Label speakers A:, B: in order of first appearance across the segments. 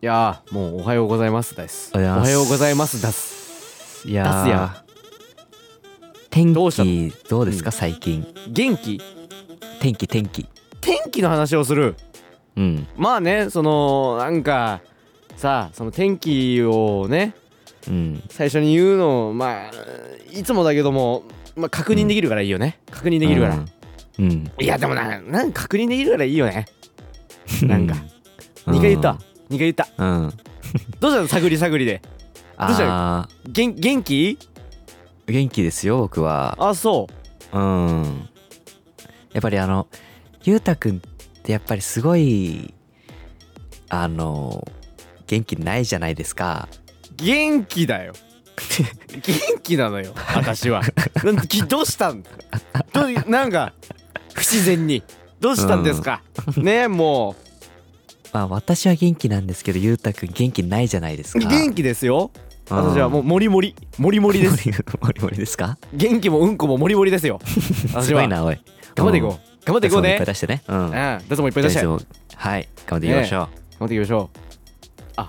A: やーもうおはようございますだす
B: お
A: お
B: は
A: は
B: ようございます
A: ようございますだす
B: いやー
A: 出すや
B: 天
A: どうした
B: 気どうですか、
A: うん
B: 最近
A: 元気
B: 天気天気
A: 天気の話をする
B: うん
A: まあねそのなんかさその天気をね
B: うん
A: 最初に言うのまあいつもだけども、まあ、確認できるからいいよね、確認できるから、
B: うん
A: いやでもななんか確認できるからいいよね
B: うん
A: なんか
B: うん
A: 2回言った2回言った
B: うん
A: どうしたの探り探りでどうした
B: あ
A: 元元気
B: ー元気ですよ僕は
A: あそう
B: うんやっぱりあのゆうたくんってやっぱりすごいあの元気ないじゃないですか
A: 元気だよ元気なのよ私はなんきどうしたんどうなんか不自然にどうしたんですか、ねえも
B: まあ私は元気なんですけどゆうたくん元気ないじゃないです
A: う
B: か
A: 元気ですよ
B: うん
A: 私はもうモリモリモリモリです
B: すモリモリですか
A: 元気もうんこもモリモリですよ私
B: すご
A: はい頑
B: なおい
A: 張っていこう頑張っていこう
B: いっ
A: ね
B: ぱい出してねうん
A: うん脱もいっぱい出し
B: じ
A: て頑
B: ゃあいつもはい頑張っていきましょう
A: 張っていきましょうあ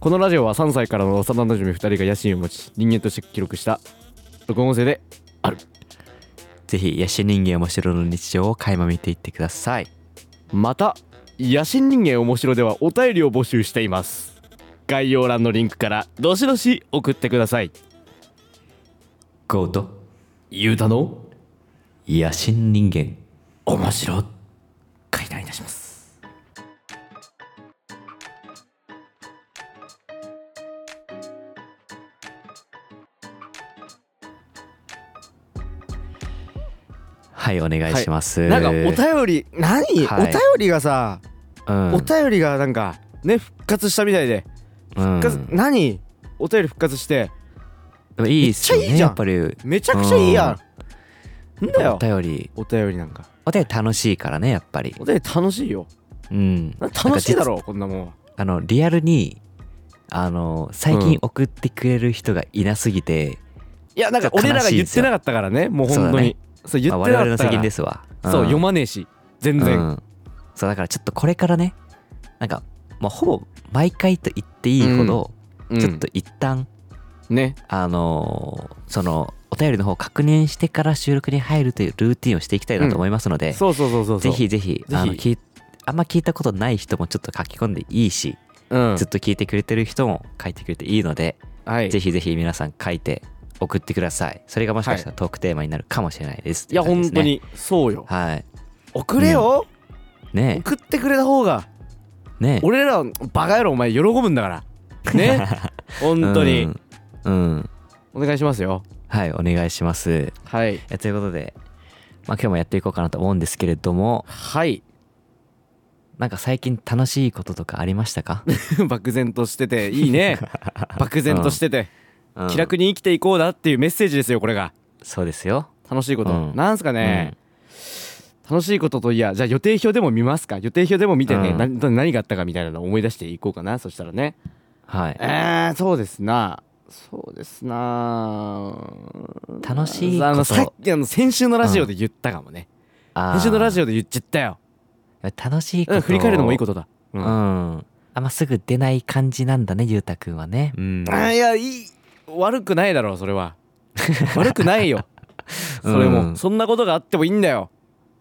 A: このラジオは3歳からの幼馴染2人が野心を持ち人間として記録した録音音声で
B: ぜひ野心人間面白の日常を垣間見ていってください
A: また野心人間おもしろではお便りを募集しています概要欄のリンクからどしどし送ってください
B: ゴート
A: ゆうたの
B: 野心人間
A: 面白解談いたします
B: はいお願いします、
A: なんかお便り何、
B: はい
A: お便りがさ、
B: うん
A: お便りがなんかね復活したみたいで
B: うん
A: 復活、何お便り復活して
B: でもいいですよ
A: めっちゃいい
B: ね
A: じゃん
B: やっぱりめ
A: めちゃくちゃいいやん、なんだよ
B: お便り
A: お便りなんか
B: お便り楽しいからねやっぱり
A: お便り楽しいよ
B: うん
A: な楽しいだ
B: なんか
A: ろうこんなもんは
B: 実あのリアルにあの最
A: う
B: 近
A: ん
B: 送ってくれる人がいなすぎて、
A: いやなんか
B: ちょっと
A: 俺らが
B: 悲しい
A: 言
B: ん
A: っ
B: す
A: て
B: よ
A: なかったからねもう本
B: そう
A: 当
B: だ
A: に
B: ね
A: そう,、言
B: まあ、
A: って
B: 我
A: な
B: 々
A: か
B: の
A: ったか
B: 責任
A: ら
B: ですわ、
A: そう
B: うん
A: 読まねえし全然、
B: うん、そうだからちょっとこれからねなんか、まあ、ほぼ毎回と言っていいほど、
A: うん
B: ちょっと一旦
A: ね
B: あのーそのお便りの方を確認してから収録に入るというルーティンをしていきたいなと思いますので、
A: そうそうそうそうそう
B: ぜひぜひ
A: ひ
B: あの聞いあんま聞いたことない人もちょっと書き込んでいいし、
A: うん
B: ずっと聞いてくれてる人も書いてくれていいので、
A: はい
B: ぜひぜひ皆さん書いて送ってくださいそれがもしかしたらトークテーマになるかもしれないです、
A: いや
B: とう
A: 本
B: 感じ
A: 当
B: ですね
A: にそうよ
B: はい
A: 送れよ、
B: ね
A: 送ってくれた方が
B: えねえ
A: 俺らバカ野郎お前喜ぶんだから ね本当に、
B: うん、うん
A: お願いしますよ
B: はいお願いします
A: はい
B: えということで、まあ、今日もやっていこうかなと思うんですけれども
A: はい
B: なんか最近楽しいこととかありまし たか、
A: 漠然としてていい ね漠然としてて、
B: うん
A: 気楽に生きていこうだっていうメッセージですよこれが
B: そうですよ、
A: 楽しいこと、
B: うん
A: なんすかね、楽しいことといやじゃあ予定表でも見ますか予定表でも見てね、
B: うん
A: な何があったかみたいなのを思い出していこうかなそしたらね
B: うんはい
A: えー、そうですなそうですな
B: 楽しい
A: あ
B: こ
A: のさっ
B: と
A: きあの先週のラジオで言ったかもね、
B: あ
A: 先週のラ
B: オ
A: ジオで言っちゃったよ、
B: 楽しいこ
A: う
B: と
A: ん、振り返るのもいいこととだ、う
B: うんん、あんますぐ出ない感じなんだねゆうたくんはねうん
A: あーいやいい悪くないだろうそれは 悪くないよそれも、
B: うん
A: そんなことがあってもいいんだよ、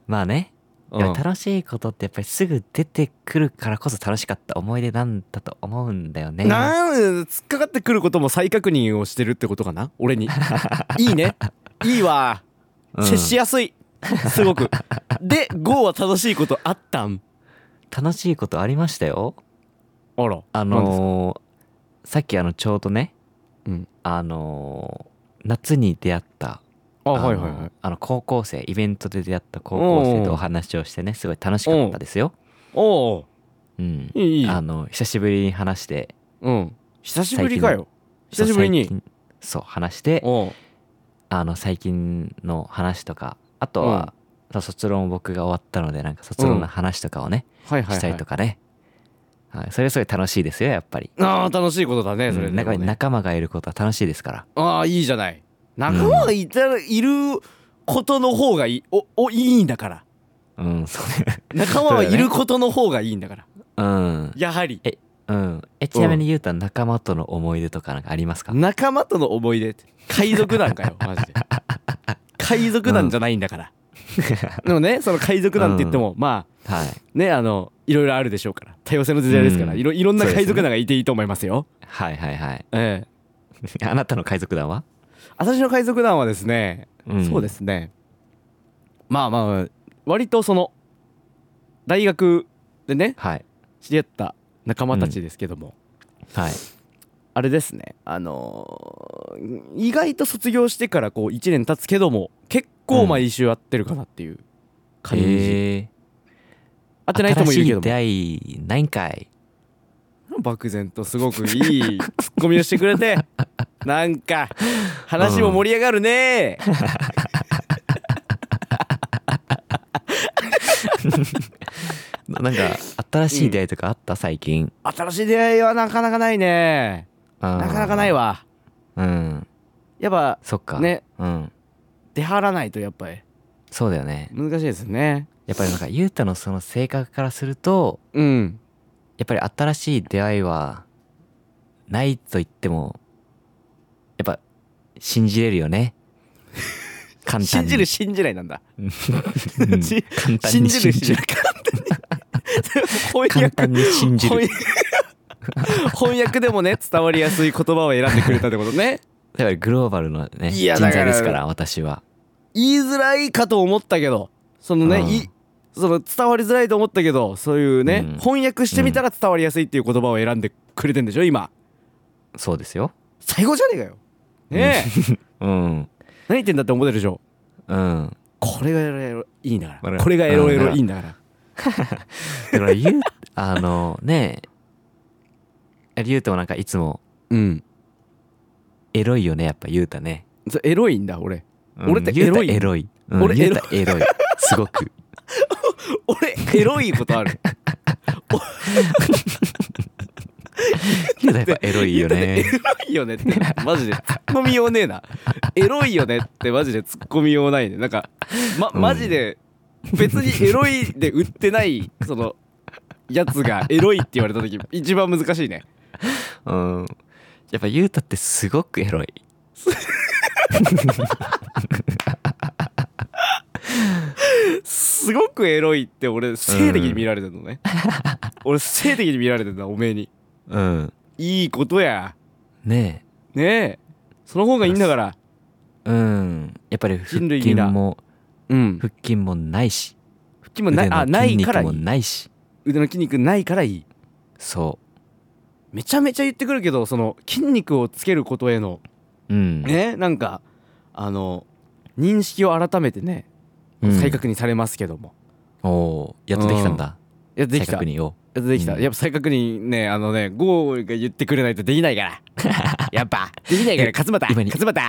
B: まあね
A: う
B: でも
A: ん
B: 楽しいことってやっぱりすぐ出てくるからこそ楽しかった思い出なんだと思うんだよね
A: なん突っかかってくることも再確認をしてるってことかな俺にいいねいいわ
B: うん
A: 接しやすい、すご くで GO は楽しいことあったん
B: 楽しいことありましたよ
A: あら
B: あのーさっきあのちょうどね、
A: うん
B: あのー夏に出会った
A: あ
B: あの
A: はいはいはい
B: あの高校生イベントで出会った高校生とお話をしてねすごい楽しかったですよ、
A: おお
B: うん、
A: いいいい
B: あの久しぶりに話して
A: うん久しぶりかよ久しぶりに
B: そう最近そう話して
A: おう
B: あの最近の話とかあとは、そう卒論僕が終わったのでなんか卒論の話とかをね、
A: はいはい、
B: した
A: は
B: り
A: い
B: と、かね、はい、それはすごい楽しいですよやっぱり、
A: ああ楽しいことだねそれ、
B: うん、中に仲間がいることは楽しいですから
A: ああいいじゃない仲間がいたらいることの方がいいおおいいんだから
B: うんそうね
A: 仲間はいることの方がいいんだから
B: うん
A: やはり
B: えうんえちなみにゆうた仲間との思い出とかなんかありますか
A: 仲間との思い出って海賊団かよマジで海賊団じゃないんだから、でもねその海賊団って言っても、まあ
B: はい
A: ねあのいろいろあるでしょうから多様性の時代ですから、
B: うん
A: いろいろんな
B: そうで
A: 海
B: すね
A: 賊団がいていいと思いますよ
B: はいはいはい
A: ええ
B: あなたの海賊団は、
A: 私の海賊団はですね、
B: うん
A: そうですねまあまあ割とその大学でね
B: はい
A: 知り合った仲間たちですけども、
B: はい
A: あれですねあのー意外と卒業してからこう1年経つけども結構毎週会ってるかなっていう感じ、
B: え
A: 会って
B: ー、
A: ない人も
B: 新
A: いる
B: し
A: け
B: い
A: ど
B: 出
A: も
B: 会いないんかい
A: 漠然とすごくいいツッコミをしてくれ てなんか話も盛り上がる ね、
B: ななんか新しい出会いとかあった最近
A: 新しい出会いはなかなかないね
B: な
A: なかなかない
B: わ
A: わ
B: うん
A: やっぱ
B: そっか
A: ね
B: うん
A: 出払わないとやっぱり
B: そうだよね
A: 難しいですね
B: やっぱりなんかゆうたのその性格からすると
A: うん
B: やっぱり新しい出会いはないと言ってもやっぱ信じれるよね簡単に
A: 信じる信じないなんだ
B: う ん
A: 信じ
B: 簡単
A: 信
B: に
A: じる
B: 信
A: 信じ
B: じ
A: な
B: る
A: い翻
B: 簡
A: 訳
B: 単に信じる
A: 翻訳翻訳でもね伝わりやすい言葉を選んでくれたってことね
B: だからグローバルのね
A: い
B: 人
A: やだから
B: 材ですから私は
A: 言いづらいかと思ったけどそのね、
B: うん
A: いその伝わりづらいと思ったけどそういうね、
B: うん
A: 翻訳してみたら伝わりやすいっていう言葉を選んでくれてんでしょ今
B: そうですよ
A: 最後じゃねえかよねえ
B: うん
A: 何言ってんだって思ってるでしょ
B: うん
A: これがエロエロいいんだか
B: わからる
A: これがエロエロいいんだから
B: だか らゆうあのねえゆうたもなんかいつも
A: うん
B: エロいよねやっぱゆうたね
A: それエロいんだ俺
B: うん
A: 俺って
B: ゆう
A: エ
B: た
A: ロい
B: エロいうん
A: 俺
B: ゆうた エロいすごく
A: 俺エロいことある
B: ゆうたやっぱエロ いよ
A: エ
B: ね
A: ロいよねってマジでツッコミようねえなエロいよねってマジでツッコミようないねなんかま
B: うん
A: マジで別にエロいで売ってないそのやつがエロいって言われた時一番難しいね
B: うんやっぱゆうたってすごくエロい
A: すごくエロいって俺性的に見られてるのね、俺性的に見られてるんだおめえに
B: うん
A: いいことや
B: ね
A: ねえその方がいいんだから
B: えうんやっぱり腹
A: 人類
B: 筋
A: 皆
B: も
A: うん
B: 腹筋もないし
A: 腹筋もないあ
B: 腕の
A: な
B: 筋
A: い
B: 肉
A: からい
B: も
A: い
B: ないし
A: 腕の筋肉ないからいい
B: そ
A: めちゃめちゃ言ってくるけどその筋肉をつけることへの
B: ううん
A: ねなんかあの認識を改めてね
B: うん
A: 再確認されますけども、
B: おおーやっとできたんだ
A: いやでき
B: 再
A: た
B: 確認を
A: やっとできた、
B: うん
A: やっぱ再確認ねあのねゴーが言ってくれないとできないから やっぱできないから
B: え
A: 勝俣
B: 今に
A: 勝俣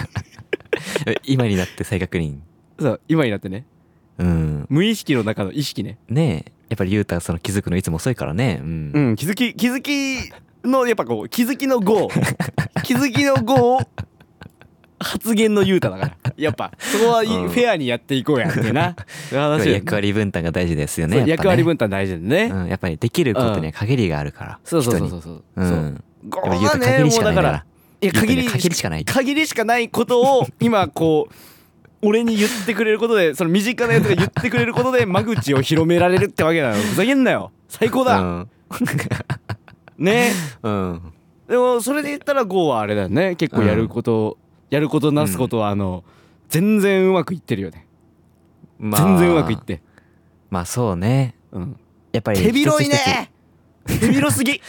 B: え今になって再確認
A: そう今になってね
B: うん
A: 無意識の中の意識ね
B: ねえやっぱりゆうたはその気づくのいつも遅いからねうん、
A: うん気づき気づきのやっぱこう気づきのゴ ー気づきのゴー発言の雄太だからやっぱそこはい
B: うん
A: フェアにやっていこうやって なそういう
B: やっぱ
A: 話だ
B: り
A: よね
B: 役割分担が大事ですよ
A: そう
B: ねやっぱ
A: 役
B: ね
A: 割分担大事でね、
B: うん、やっぱりできることには限りがあるから、
A: そうそう
B: 人
A: そう
B: に
A: そうそう、
B: う
A: そうんゴ
B: やっぱ
A: ー
B: 言う
A: が
B: と限
A: ね
B: り
A: も
B: し
A: う
B: かな
A: だ
B: いか
A: かららいや限り
B: 限りしかない
A: 限りしかないことを今こう俺に言ってくれることでその身近なやつが言ってくれることで間口を広められるってわけなのふざけんなよ最高だ、ね
B: うん、うん、
A: でもそれで言ったら GO はあれだよね結構やること、やることなすことはあの、全然うまくいってるよね、
B: ま
A: 全然うまくいって、
B: まあそうね
A: うん、
B: やっぱり
A: 手広い
B: 一つ一
A: ね手 広すぎ
B: やっ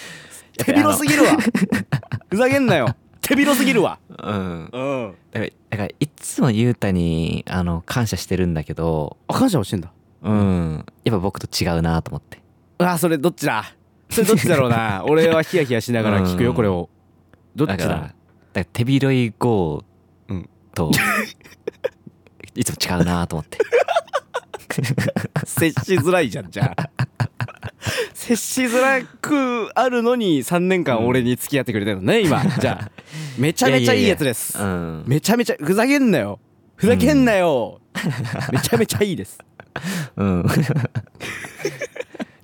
A: 手
B: ぱりあの
A: 広すぎるわふざけんなよ手広すぎるわ
B: つうん
A: うん
B: だからだからいつもゆうたにあの感謝してるんだけど
A: あ感謝をしてんだ
B: うんやっぱ僕と違うなと思って
A: あそれどっちだそれどっちだろう な俺はヒヤヒヤしながら聞くよ
B: うん
A: これをどっち
B: だからだ
A: だ
B: から手広い号
A: うん
B: と、 いつも違うなと 思って
A: 接しづらいじゃんじゃあ接しづらくあるのに3年間俺に付き合ってくれてるのね今じゃあめちゃめちゃいいやつです
B: うん
A: めちゃめちゃふざけんなよふざけんなよ、 めちゃめちゃいいです
B: うんや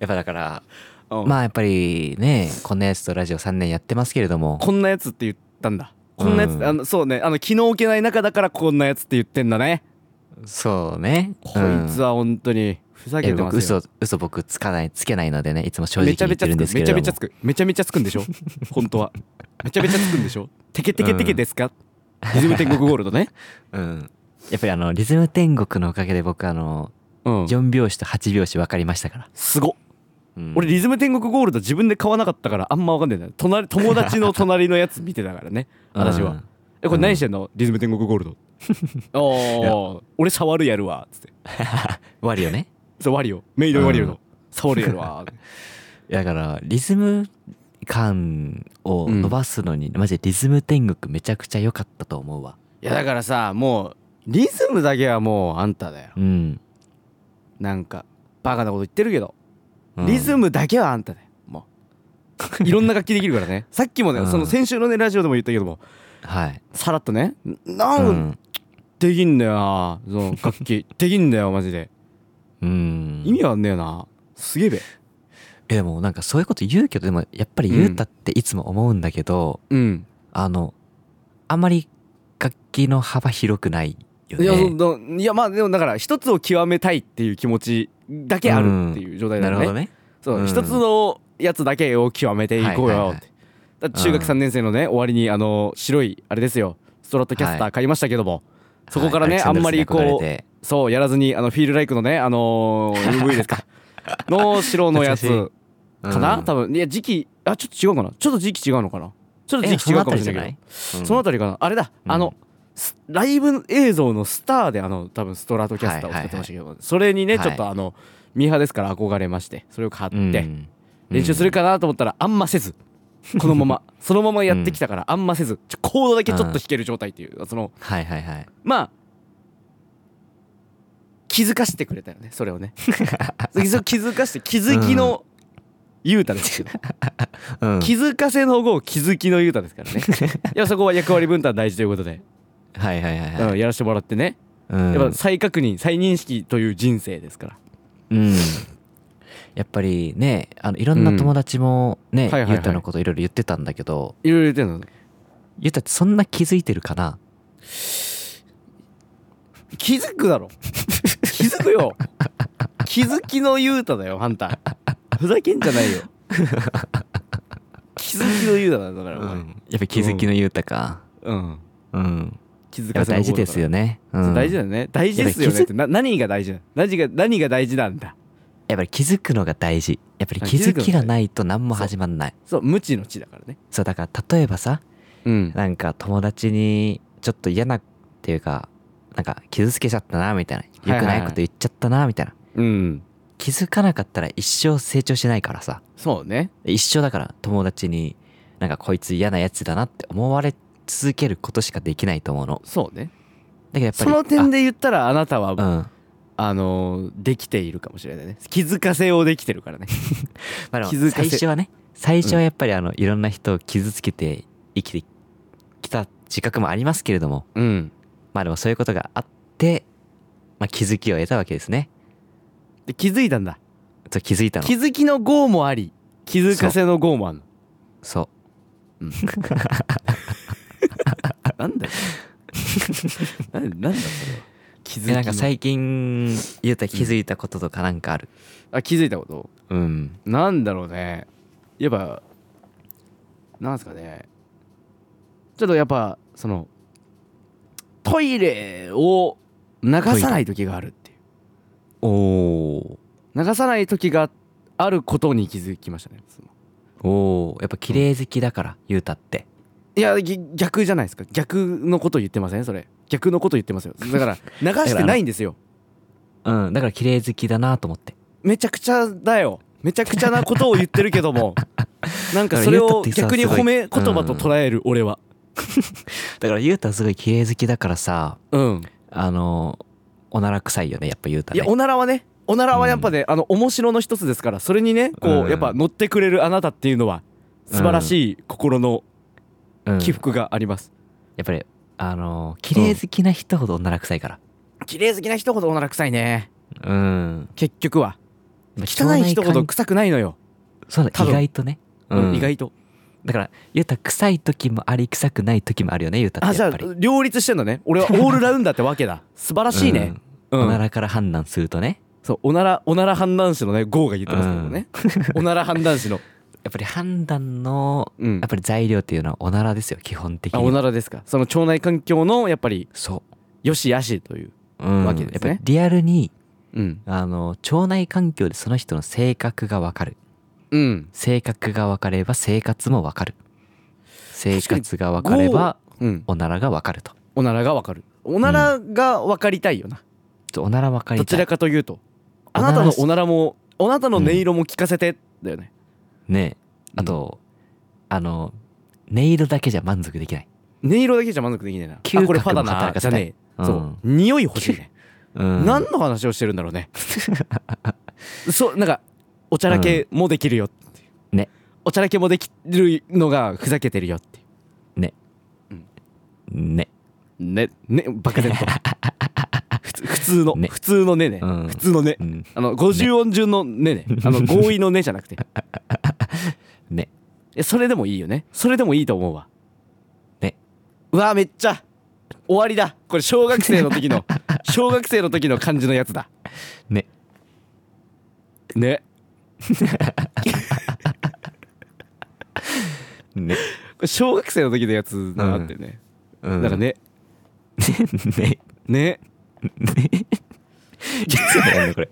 B: っぱだから
A: うん
B: まあやっぱりねこんなやつとラジオ3年やってますけれども
A: こんなやつって言ったんだこんなやつ、
B: うん
A: あのそうねあの気の置けない中だからこんなやつって言ってんだね
B: そうね
A: こいつは本当にふざ
B: え
A: けて
B: 僕
A: ますよ
B: 嘘嘘僕つかないつけないのでねいつも正直
A: めちゃ
B: 言
A: め
B: っ
A: ちゃ
B: て
A: つ
B: るん
A: く
B: ですけ
A: め
B: れ
A: ちゃ
B: ども
A: めちゃつくめちゃめちゃつくんでしょ 本当はめちゃめちゃつくんでしょテケテケテケですか、リズム天国ゴールドね
B: うん、やっぱりあのリズム天国のおかげで僕あの
A: うん
B: 4拍子と8拍子分かりましたから、
A: すごっ
B: うん
A: 俺リズム天国ゴールド自分で買わなかったからあんま分かんないんだよ隣友達の隣のやつ見てたからね私は、えこれ何してんの、リズム天国ゴールド おー俺触るやるわつって
B: うん、割よね
A: そうワリオメイドワリオの、
B: うん
A: 触るやる わ
B: だからリズム感を伸ばすのに、マジでリズム天国めちゃくちゃ良かったと思うわ
A: いやだからさもうリズムだけはもうあんただよ
B: うん、
A: なんかバカなこと言ってるけど、
B: うん
A: リズムだけはあんただよも ういろんな楽器できるからねさっきもね、
B: うん
A: その先週のねラジオでも言ったけども
B: はい、
A: さらっとねな
B: うんん
A: できんだよなその楽器 できんだよマジで
B: うん、
A: 意味わかんねえなすげえべ
B: えでもなんかそういうこと言うけどでもやっぱり言うたっていつも思うんだけど、
A: うん
B: あのあんまり楽器の幅広くないよ
A: い
B: ね
A: やそのいやまあでもだから一つを極めたいっていう気持ちだけあるっていう状態だ
B: なる
A: よ
B: ほ
A: ね、
B: どね
A: そううん一つのやつだけを極めていこう
B: はいはい
A: よ
B: はい
A: ってだって中
B: う
A: 学
B: ん
A: 3年生のね終わりにあの白いあれですよストラットキャスタ
B: は
A: ー買いましたけどもそこからね
B: はいアレクサンダルスに
A: あんまりこう
B: 憧れて
A: そうやらずにあのフィールライクのねあのー MV です かの白のやつ
B: 懐
A: かな
B: うん
A: 多分いや時期あちょっと違うかなちょっと時期違うのかなちょっと時期違うかもしれないけど
B: け
A: そのあたりかなあれだ、
B: うん
A: あのスライブ映像のスターであの多分ストラトキャスターを使ってましたけど、それにね
B: はい
A: ちょっとあの、ミーハーですから憧れましてそれを買って、練習す
B: る
A: るかなと思ったらあんませずこのま まそのままやってきたからあんませずちょコードだけちょっと弾ける状態っていうその
B: はいはいはい
A: まあ気づかしてくれたよねそれをねそう気づかして気づきの雄太ですけど
B: うん
A: 気づかせの後気づきの雄太です からねいやそこは役割分担大事ということで
B: はいはいはい
A: うん
B: はい
A: やらせてもらってね、
B: うん
A: やっぱ再確認再認識という人生ですから
B: うんやっぱりねあのいろんな友達も
A: は
B: ね
A: いはいはい
B: ゆうたのこといろいろ言ってたんだけど
A: いろいろ言ってるの
B: ゆうたってそんな気づいてるかな
A: 気づくだろ気づくよ気づきの雄太だよハンターふざけんじゃ ないよ気づきの雄太だよだからお前
B: うんやっぱり気づきのゆうたか
A: うん
B: うん
A: 気づ
B: や
A: か
B: っ
A: せ
B: ぱ
A: の方
B: 大事
A: だから
B: ですよねう
A: そうん大事だよね大事ですよね
B: やっぱり気づ
A: ってな何が大事なの何が何が大事なんだ
B: やっぱり気づくのが大事やっぱり気づきがないと何も始まんない
A: そう無知の知だからね
B: そうだから例えばさ
A: うん
B: なんか友達にちょっと嫌なっていうかなんか傷つけちゃったなみたいな
A: は
B: 良
A: い
B: く
A: はいは
B: ないいこと言っちゃったなみたいな
A: うん
B: 気づかなかったら一生成長しないからさ
A: そうね
B: 一生だから友達になんかこいつ嫌なやつだなって思われ続けることしかできないと思うの
A: そうね
B: だけどやっぱ
A: そ
B: り
A: の点で言ったらあなたは
B: あうんま
A: あのーできているかもしれないね気づかせをできてるからね
B: あでも
A: 気づかせ
B: 最初はね最初はやっぱりあのいろんな人を傷つけて生きてきた自覚もありますけれども
A: うん
B: まあでもそういうことがあって、まあ、気づきを得たわけですね
A: で気づいたんだ
B: そう気づいたの
A: 気づきの号もあり気づかせの号もあるの
B: そう
A: なんだよなんなんだそれ は気づき
B: え
A: の
B: なんか最近ゆうた気づいたこととかなんかある
A: あ気づいたこと
B: うん
A: なんだろうねやっぱなんですかねちょっとやっぱそのトイレを流さない時があるっていう
B: おお
A: 流さない時があることに気づきましたねその
B: おーやっぱ綺麗好きだから、ゆうたって
A: いやぎ逆じゃないですか逆のこと言ってませんそれ逆のこと言ってますよだから流してないんですよ
B: うんだから綺麗好きだなと思って
A: めちゃくちゃだよめちゃくちゃなことを言ってるけどもなんかそれを逆に褒め言葉と捉える俺は
B: だからゆうたすごい綺麗好きだからさ
A: うん
B: あのおなら臭いよねやっぱゆうた
A: い
B: ね
A: やおならはねおならはやっぱね、あの面白の一つですからそれにねこ
B: うん
A: うやっぱ乗ってくれるあなたっていうのは素晴らしい心の
B: うん、
A: 起
B: や
A: 伏があります、
B: っぱりあの綺麗好きな人ほどおなら臭いから
A: 綺麗好きな人ほどおなら臭いね
B: うん
A: 結局は汚い人ほど臭くないのよ
B: そうだ
A: 多
B: 意
A: 分
B: 外とね、うん、
A: 意外と
B: だからゆうた臭い時もあり臭くない時もあるよねゆうた
A: あ
B: って
A: じゃ
B: や
A: あ
B: っぱり
A: 両立してんだね俺 はオールラウンダーってわけだ素晴らしいね、う
B: うんんおならから判断するとね
A: そうおならおなら判断士のねゴーが言ってますけどね、おなら判断士の、
B: やっぱり判断の
A: うん
B: やっぱり材料っていうのはおならですよ基本的
A: あお
B: に
A: ならですかその腸内環境のやっぱり
B: そ
A: よし悪しという
B: う、うん、
A: わけですね
B: やっぱりリアルに
A: うん
B: あの腸内環境でその人の性格がわかる
A: うん
B: 性格がわかれば生活もわかる生活がわ
A: 分
B: かれば、
A: うん、
B: おならがわかると
A: おならがわかるおならがわかりたいよな、
B: ちょおならわかり
A: どち
B: た
A: ら
B: い
A: かというとあ
B: お
A: な
B: なら
A: たのおならもおなたの音色も聞かせてだよね、
B: ね
A: うん
B: あと、あの音色だけじゃ満足できない、
A: 音色だけじゃ満足できないな
B: 嗅
A: あこれファ
B: 覚
A: だ
B: も
A: な
B: 働か
A: じゃ
B: せたい
A: ねえ、
B: うん
A: そう匂い欲しいね、
B: うん、
A: 何の話をしてるんだろうね そうなんかおちゃらけもできるよっていう
B: ね
A: おちゃらけもできるのがふざけてるよってい
B: ね
A: うねね漠然と 普通普通の、
B: ね
A: 普通のねね、
B: うん
A: 普通のね、
B: うん
A: あの50音順のねねあの合意のねじゃなくて
B: ね
A: えそれでもいいよねそれでもいいと思うわ
B: ね
A: うわめっちゃ終わりだこれ小学生の時 の小学生の時の感じのやつだ
B: ね
A: ね
B: ね
A: これ小学生の時のやつだなってね、
B: うん
A: なんかね
B: ね
A: ね
B: いつもやんのこれ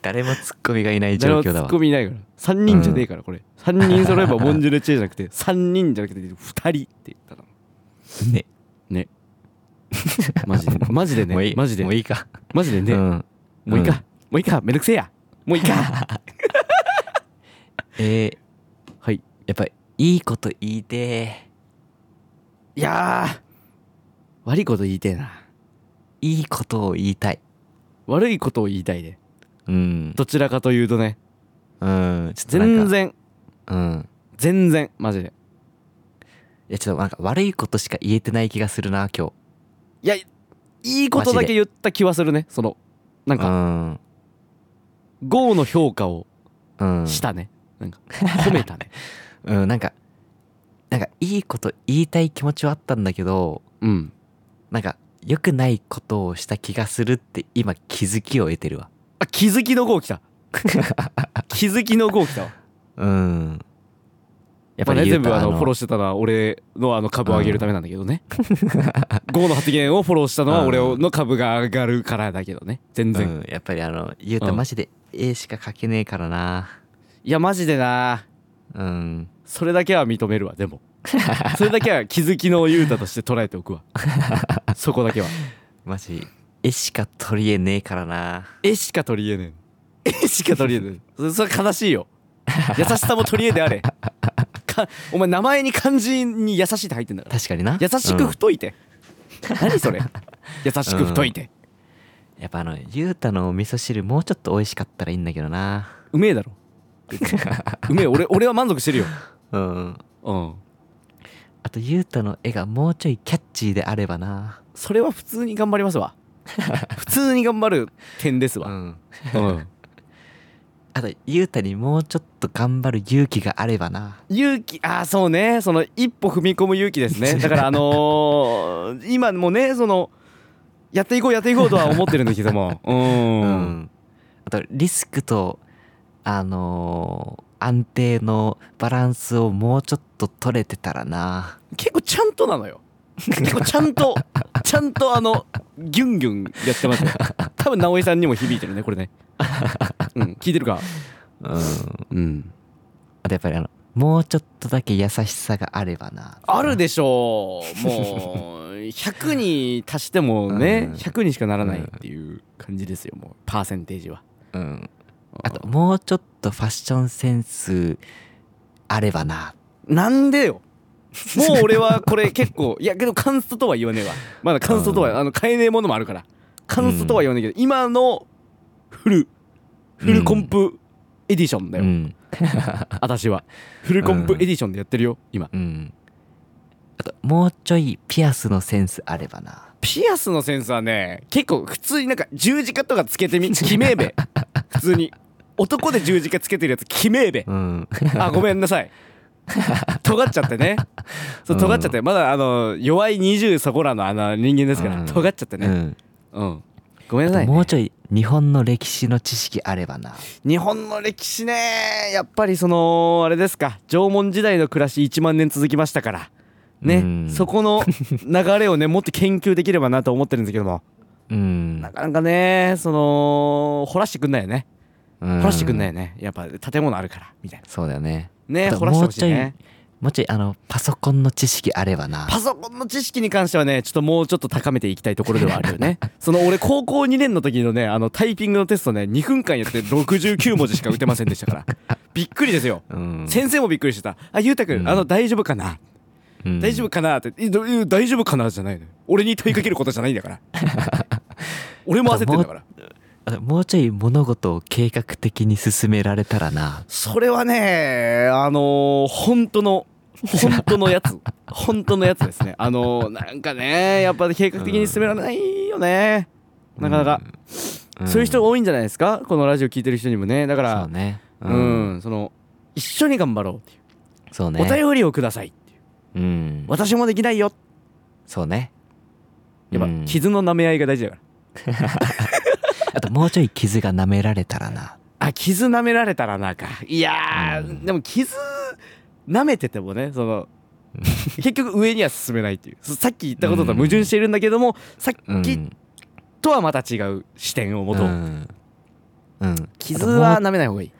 B: 誰もツッコミがいない
A: 誰
B: 状
A: もツ
B: 況だ
A: ッ
B: わ
A: コミいないから3人じゃねえからこれ、三3人揃えばボンジュレチェじゃなくて3人じゃなくて2人って言ったの
B: ね
A: ねマジでマジで
B: もうい
A: ね
B: い
A: マジで
B: もういいか
A: マジでね、
B: うん
A: もういいか、もういいかめんどくせえやもういいか
B: えー
A: はい
B: やっぱいいこと言いて
A: いやー悪いこと言いてえない
B: いことを言いたい
A: 悪いことを言いたいね
B: うん
A: どちらかというとね
B: うんちょっとなんか
A: 全然
B: うん
A: 全然マジで
B: いやちょっとなんか悪いことしか言えてない気がするな今日
A: いやいいことだけ言った気はするねそのなん
B: う
A: か
B: ん
A: ゴーの評価を
B: うん
A: したね、なんか褒めたね
B: うんなんかなんかいいこと言いたい気持ちはあったんだけど
A: うん
B: なんか良くないことをした気がするって今気づきを得てるわ
A: あ気づきのゴー来 た気づきのゴー来たわ
B: うんやっ
A: まあね
B: ゆ
A: 全
B: うた
A: 部あのフォローしてたのは俺のあの株を上げるためなんだけどねゴーの発言をフォローしたのは俺の株が上がるからだけどね全然、
B: うん、やっぱりあのゆう
A: う
B: た
A: ん
B: マジで絵しか描けねえからない
A: やマジでな
B: うん
A: それだけは認めるわでも それだけは気づきの雄太として捉えてお くわそこだけは
B: マジ絵しか取りえねえからな
A: 絵しか取り得ねえ絵しか取り得ねえそそれ悲しいよ優しさも取り得であれかお前名前に漢字に優しいって入ってんだから
B: 確かにな
A: 優し
B: う
A: く
B: ん
A: 太いて、何それ優しく太いて、
B: やっぱあのゆうたのお味噌汁もうちょっと美味しかったらいいんだけどな
A: うめえだろうめえ俺俺は満足してるよ
B: うん
A: うん
B: あとゆうたの絵がもうちょいキャッチーであればな
A: それは普通に頑張ります わ普通に頑張る点です
B: う
A: わ、
B: ん
A: うん、
B: あとゆうたにもうちょっと頑張る勇気があればな
A: 勇気ああそうねその一歩踏み込む勇気です ねだからあのー今もねそのやっていこうやっていこうとは思ってるんですけど もう、
B: うんんあとリスクとあのー安定のバランスをもうちょっと取れてたらな
A: 結構ちゃんとなのよ結構ちゃんとちゃんとあのギュンギュンやってますよ多分直江さんにも響いてるねこれねうん聞いてるか
B: うん
A: うん
B: あとやっぱりあのもうちょっとだけ優しさがあればな
A: あるでしょうもう100に足してもね
B: うん
A: 100にしかならないっていう感じですよもうパーセンテージは
B: うんあともうちょっとファッションセンスあればな
A: なんで よもう俺はこれ結構いやけどカンストとは言わねえわまだカンストとは、
B: うん
A: あの買えねえものもあるからカンストとは言わねえけど、今のフルフルコンプエディションだ
B: う
A: よ、
B: ん
A: 私はフルコンプエディションでやってるよ今
B: うんあともうちょいピアスのセンスあればな
A: ピアス のセンスはね結構普通になんか十字架とかつけてみ決めえべ普通に男で十字架つけてるやつきめえべ
B: うん。
A: あごめんなさい 尖っちゃってねそう尖っちゃってまだあの弱い20そこらのあの人間ですか
B: う
A: ら
B: ん
A: 尖っちゃって
B: う
A: ね
B: ん。
A: うんごめんなさいね
B: もうちょい日本の歴史の知識あればな。
A: 日本の歴史ねやっぱりそのあれですか縄文時代の暮らし1万年続きましたから
B: う
A: ね
B: ん
A: そこの流れを ねもっと研究できればなと思ってるんですけども
B: うん
A: な。かなかねその掘らしてくんないよね掘
B: 話
A: らしてくんないよねやっぱ建物あるからみたいな
B: そうだよね。
A: ね
B: あと
A: 掘らしてほしいね
B: もうちょいあのパソコンの知識あればな。
A: パソコンの知識に関してはねちょっともうちょっと高めていきたいところではあるよ ねその俺高校2年の時のねあのタイピングのテストね2分間やって69文字しか打てませんでしたから びっくりですよ
B: うん
A: 先生もびっくりしてた「あゆうたくん、
B: うん
A: あの大丈夫かな
B: うん
A: 大丈夫かな?」っていどい「大丈夫かな?」じゃないのよ俺に問いかけることじゃないんだから 俺も焦ってんだから
B: あもうちょい物事を計画的に進められたらな。
A: それはねあのー本当の本当のや つ本当のやつですねあのーなんかねやっぱ計画的に進められないよね、なかなか、
B: うん
A: そういう人多いんじゃないですかこのラジオ聞いてる人にもねだから
B: そうね。
A: うん、その一緒に頑張ろうっていう、
B: そうね。
A: お便りをくださいっていう
B: うん。
A: 私もできないよ
B: そうね。
A: やっ
B: う
A: ぱ
B: ん
A: 傷の舐め合いが大事だから
B: あともうちょい傷が舐められたらな。
A: あ傷舐められたらなんかいやー、
B: うん
A: でも傷舐めててもねその結局上には進めないっていうそさっき言ったこととは矛盾しているんだけども、さっき
B: ん。
A: とはまた違う視点を持とう、
B: うん。うん
A: 傷は
B: あとも
A: 舐
B: う
A: めない方がいい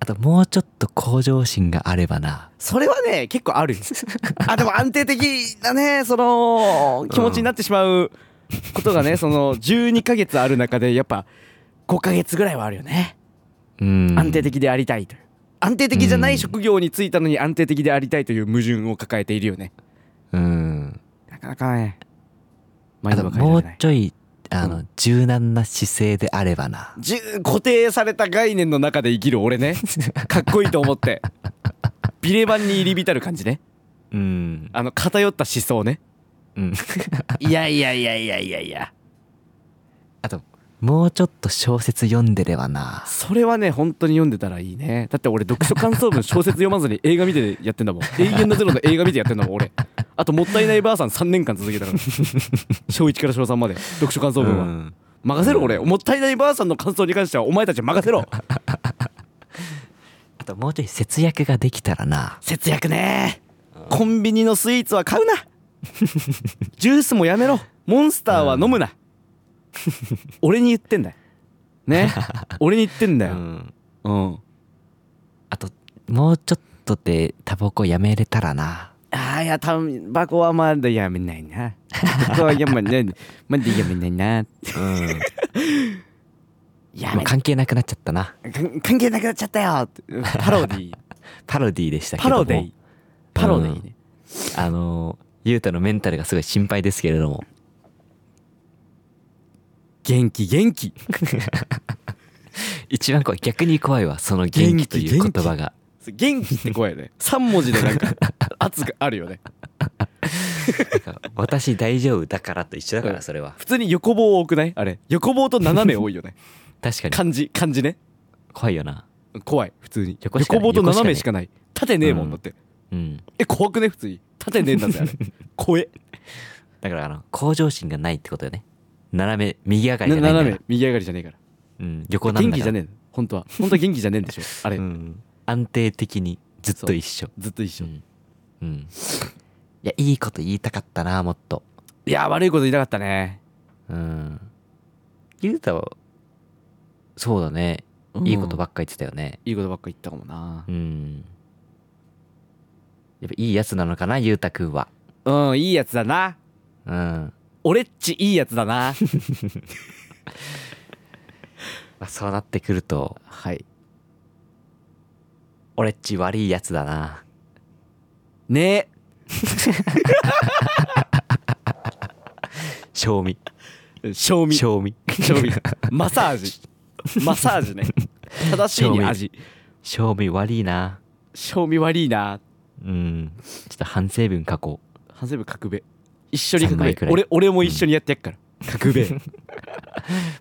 B: あともうちょっと向上心があればな。
A: それはね結構ある よあでも安定的なねその気持ちになってしまうことがね、その12ヶ月ある中でやっぱ5ヶ月ぐらいはあるよね
B: うん。
A: 安定。的でありたいという安定的じゃない職業に就いたのに安定的でありたいという矛盾を抱えているよね
B: うん。
A: なかなかね
B: あ
A: 前
B: と
A: の
B: もうちょいあ
A: う
B: の柔軟な姿勢であればな。
A: じゅ固定された概念の中で生きる俺 ねかっこいいと思ってビレバンに入り浸る感じね
B: うん。
A: あの偏った思想ね
B: うん。
A: いやいやいやいやいやいや
B: あともうちょっと小説読んでればな。
A: それはね本当に読んでたらいいねだって俺読書感想文小説読まずに映画見てやってん だもん「永遠のゼロ」の映画見てやってんだもん俺あと「もったいないばあさん」3年間続けた から小1から小3まで読書感想文は、
B: ん。
A: 任せろ俺もったいないばあさんの感想に関してはお前たち任 せろ
B: あともうちょい節約ができたらな。
A: 節約ねコンビニのスイーツは買う なジュースもやめろモンスターは飲む な俺に言ってんだよ ね俺に言ってんだよ
B: うん。
A: うん
B: あともうちょっとでタバコやめれたらな。
A: ああ、いや、タバコはまだやめないな。タバコはやめない。まだやめないな。
B: うん。
A: や
B: もう
A: め
B: 関係なくなっちゃったな。
A: 関関係なくなっちゃったよってパロデ ィ。
B: パロディでしたけ
A: パ
B: ども。
A: ロディ。パロディね。
B: あのゆうたのメンタルがすごい心配ですけれども。
A: 元気、元 気。
B: 一番怖い逆に怖いわその元気とい
A: 元
B: う言
A: 気
B: 葉が。
A: 元気って声 ね。3文字でなん か圧があるよね。
B: なんか私大丈夫だからと一緒だか
A: うん
B: らそれは
A: 普通に横棒多くないあれ。横棒と斜め多いよ ね。
B: 確かに
A: 漢字、漢字ね。
B: 怖いよな
A: 怖い、普通に。
B: 横しか
A: 横
B: ない
A: 棒と斜めしかない。縦ねえもんだって。
B: うん
A: え、怖くね普通に。縦ねえんだぜ、あ れ。怖え。
B: だからあの向上心がないってことよね斜め右上がり
A: な
B: じゃないんだか
A: 斜
B: ら
A: め、右上がりじゃねえから。
B: うん、横な
A: 元
B: んだから
A: 気じゃねえの本当は本当は元気じゃねえんでしょあれ、
B: うん、安定的にずっと一緒
A: ずっと一緒、
B: う
A: い
B: ん、うん、いやいいこと言いたかったなもっと
A: や悪いこと言いたかったね
B: うんゆうたはそうだねいいこと
A: っ
B: ばっか言ってたよね
A: いいことばっか言ったかもな
B: うん、やっぱいいやつなのかなゆうたくんは
A: うん、いいやつだな
B: うん
A: 俺っちいいやつだ な
B: まあそうなってくると
A: はい
B: 俺っち悪いやつだな
A: ね
B: 賞味
A: え賞味
B: 賞味
A: 賞味マッサージマッサージね正しいに味
B: 賞味悪いな
A: 賞味悪いな
B: うんちょっと反省文書こ
A: 反省文格べ一緒に
B: 三枚
A: 格べ
B: くらい
A: 俺俺も一緒にやってやっから、格べ
B: う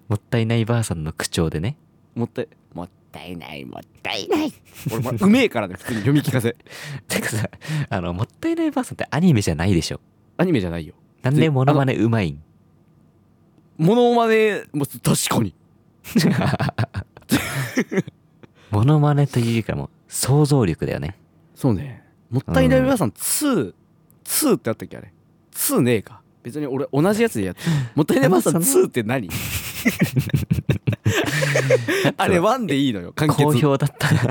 B: もったいないばあさんの口調でね
A: もったいもっったいないもったいない俺、ま、うめえからね普通に読み聞かせ
B: てかさあのもったいないばあさんってアニメじゃないでしょ
A: アニメじゃないよ
B: なんでモノマネうまいん
A: モノマネも確かに
B: モノマネというよりかもう想像力だよね
A: そうねもったいないばあさん2、2ってあったっけあれ2ねえか別に俺同じやつでやってるもったいないばあさん
B: あんまその
A: 2って何あれ1でいいのよ完
B: 好
A: 結
B: 評 だったな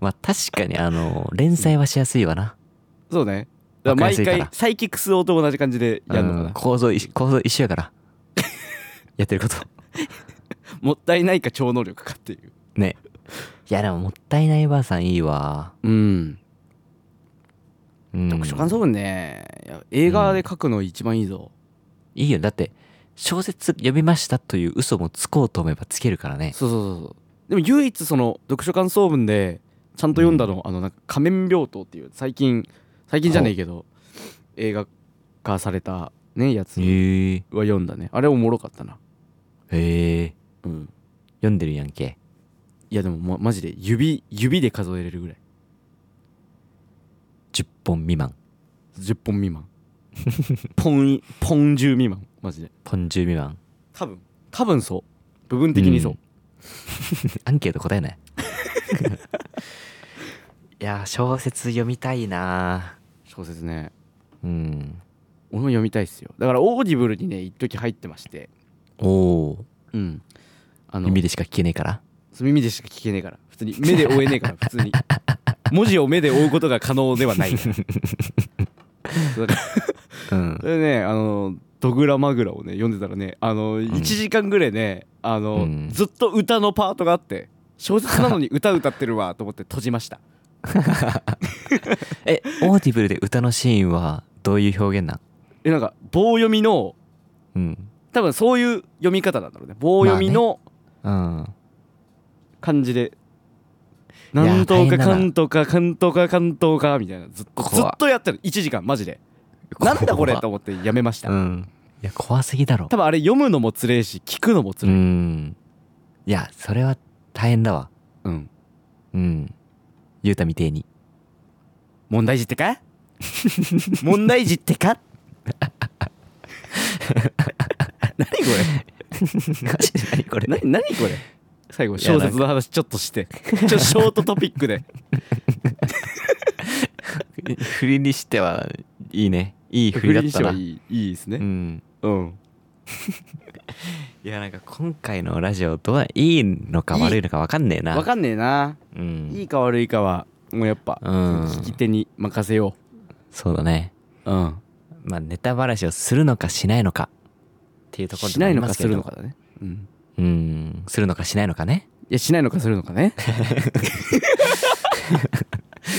B: まあ確かにあの連載はしやすいわな
A: そうねだから
B: わかりやす
A: 毎
B: いから
A: 回サイキックス王と同じ感じでやるのか
B: うん
A: な
B: 構造一構造一緒やから やってること
A: もったいないか超能力かっていう
B: ねいやでももったいないばあさんいいわ、
A: うん
B: うん、
A: 読書感想文ねいや映画で書くの一番いいぞ、
B: いいよだって小説読みましたという嘘もつこうと思えばつけるからね
A: そうそうそうそうでも唯一その読書感想文でちゃんと読んだの,、あのなんか仮面病棟っていう最近最近じゃねえけど映画化されたねやつは
B: へえ
A: 読んだねあれおもろかったな
B: へえ
A: うん
B: 読んでるやんけ
A: いやでも、ま、マジで指指で数えれるぐらい
B: 10本未満
A: 10本未 満ポンいポン10未満マジで
B: 本10未満
A: 多分多分そう部分的にそう、
B: うん アンケート答えない いや小説読みたいな
A: 小説ね
B: うん
A: 俺も読みたいっすよだからオーディブルにね一時入ってまして
B: おお
A: うんあの
B: 耳でしか聞けねえから
A: そう耳でしか聞けねえから普通に目で追えねえ から普通に文字を目で追うことが可能では ないからそうだから
B: うん
A: それでねあのドグラマグラをね読んでたらねあの1時間ぐらいね、あの
B: うん
A: ずっと歌のパートがあって小説な のに歌歌ってるわと思って閉じました
B: えオーディブルで歌のシーンはどういう表現なん
A: えなんか棒読みの
B: うん
A: 多分そういう読み方なんだろうね棒読みの
B: うん
A: 感じで、
B: いや
A: なんと
B: 大
A: か
B: 変だな
A: かんとかかんとかかんとかみたいなずっと
B: 怖
A: ずっとやってる1時間マジでなんだこれと思ってやめました、
B: うんいや怖すぎだろ
A: 多分あれ読むのもつれえし聞くのもつ
B: う
A: れえ、
B: んいやそれは大変だわ
A: うん、
B: うんゆうたみてえ に
A: 問題児ってか 問題児ってか何こ
B: マジで何こ
A: れ
B: れ
A: 何何これ最後小説の話ちょっとしてちょショートトピック で
B: 振りにしてはいいねいい振りだったない
A: いいいです
B: う
A: ね
B: ん
A: うん
B: いやなんか今回のラジオどういいのか
A: いい
B: 悪いのか分かんねえな
A: わかんねえな
B: うん
A: いいか悪いかはもうやっぱ
B: うん
A: 聞き手に任せよ
B: そうだね
A: ううん
B: まあネタばらしをするのかしないのかっていうところ
A: し
B: でも
A: な
B: あ
A: い
B: り
A: の
B: ま
A: か
B: す
A: す
B: けれ
A: るの
B: ども
A: かだねうん
B: うんするのかしないのかね
A: いやしないのかするのかね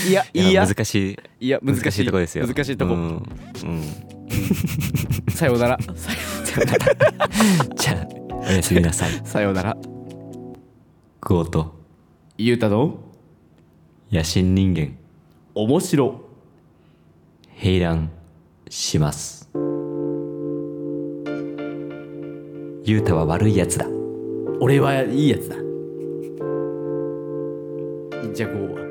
A: いやい
B: いや
A: や
B: 難しい
A: いや難しい
B: 難しいとこですよ
A: 難しいとこ、
B: うんうん
A: さようなら
B: じゃあおやすみな さい
A: さようなら
B: クオと
A: ゆうたの
B: 野心人間
A: 面白
B: 平乱します雄太は悪いやつだ
A: 俺はいいやつだじゃあこうは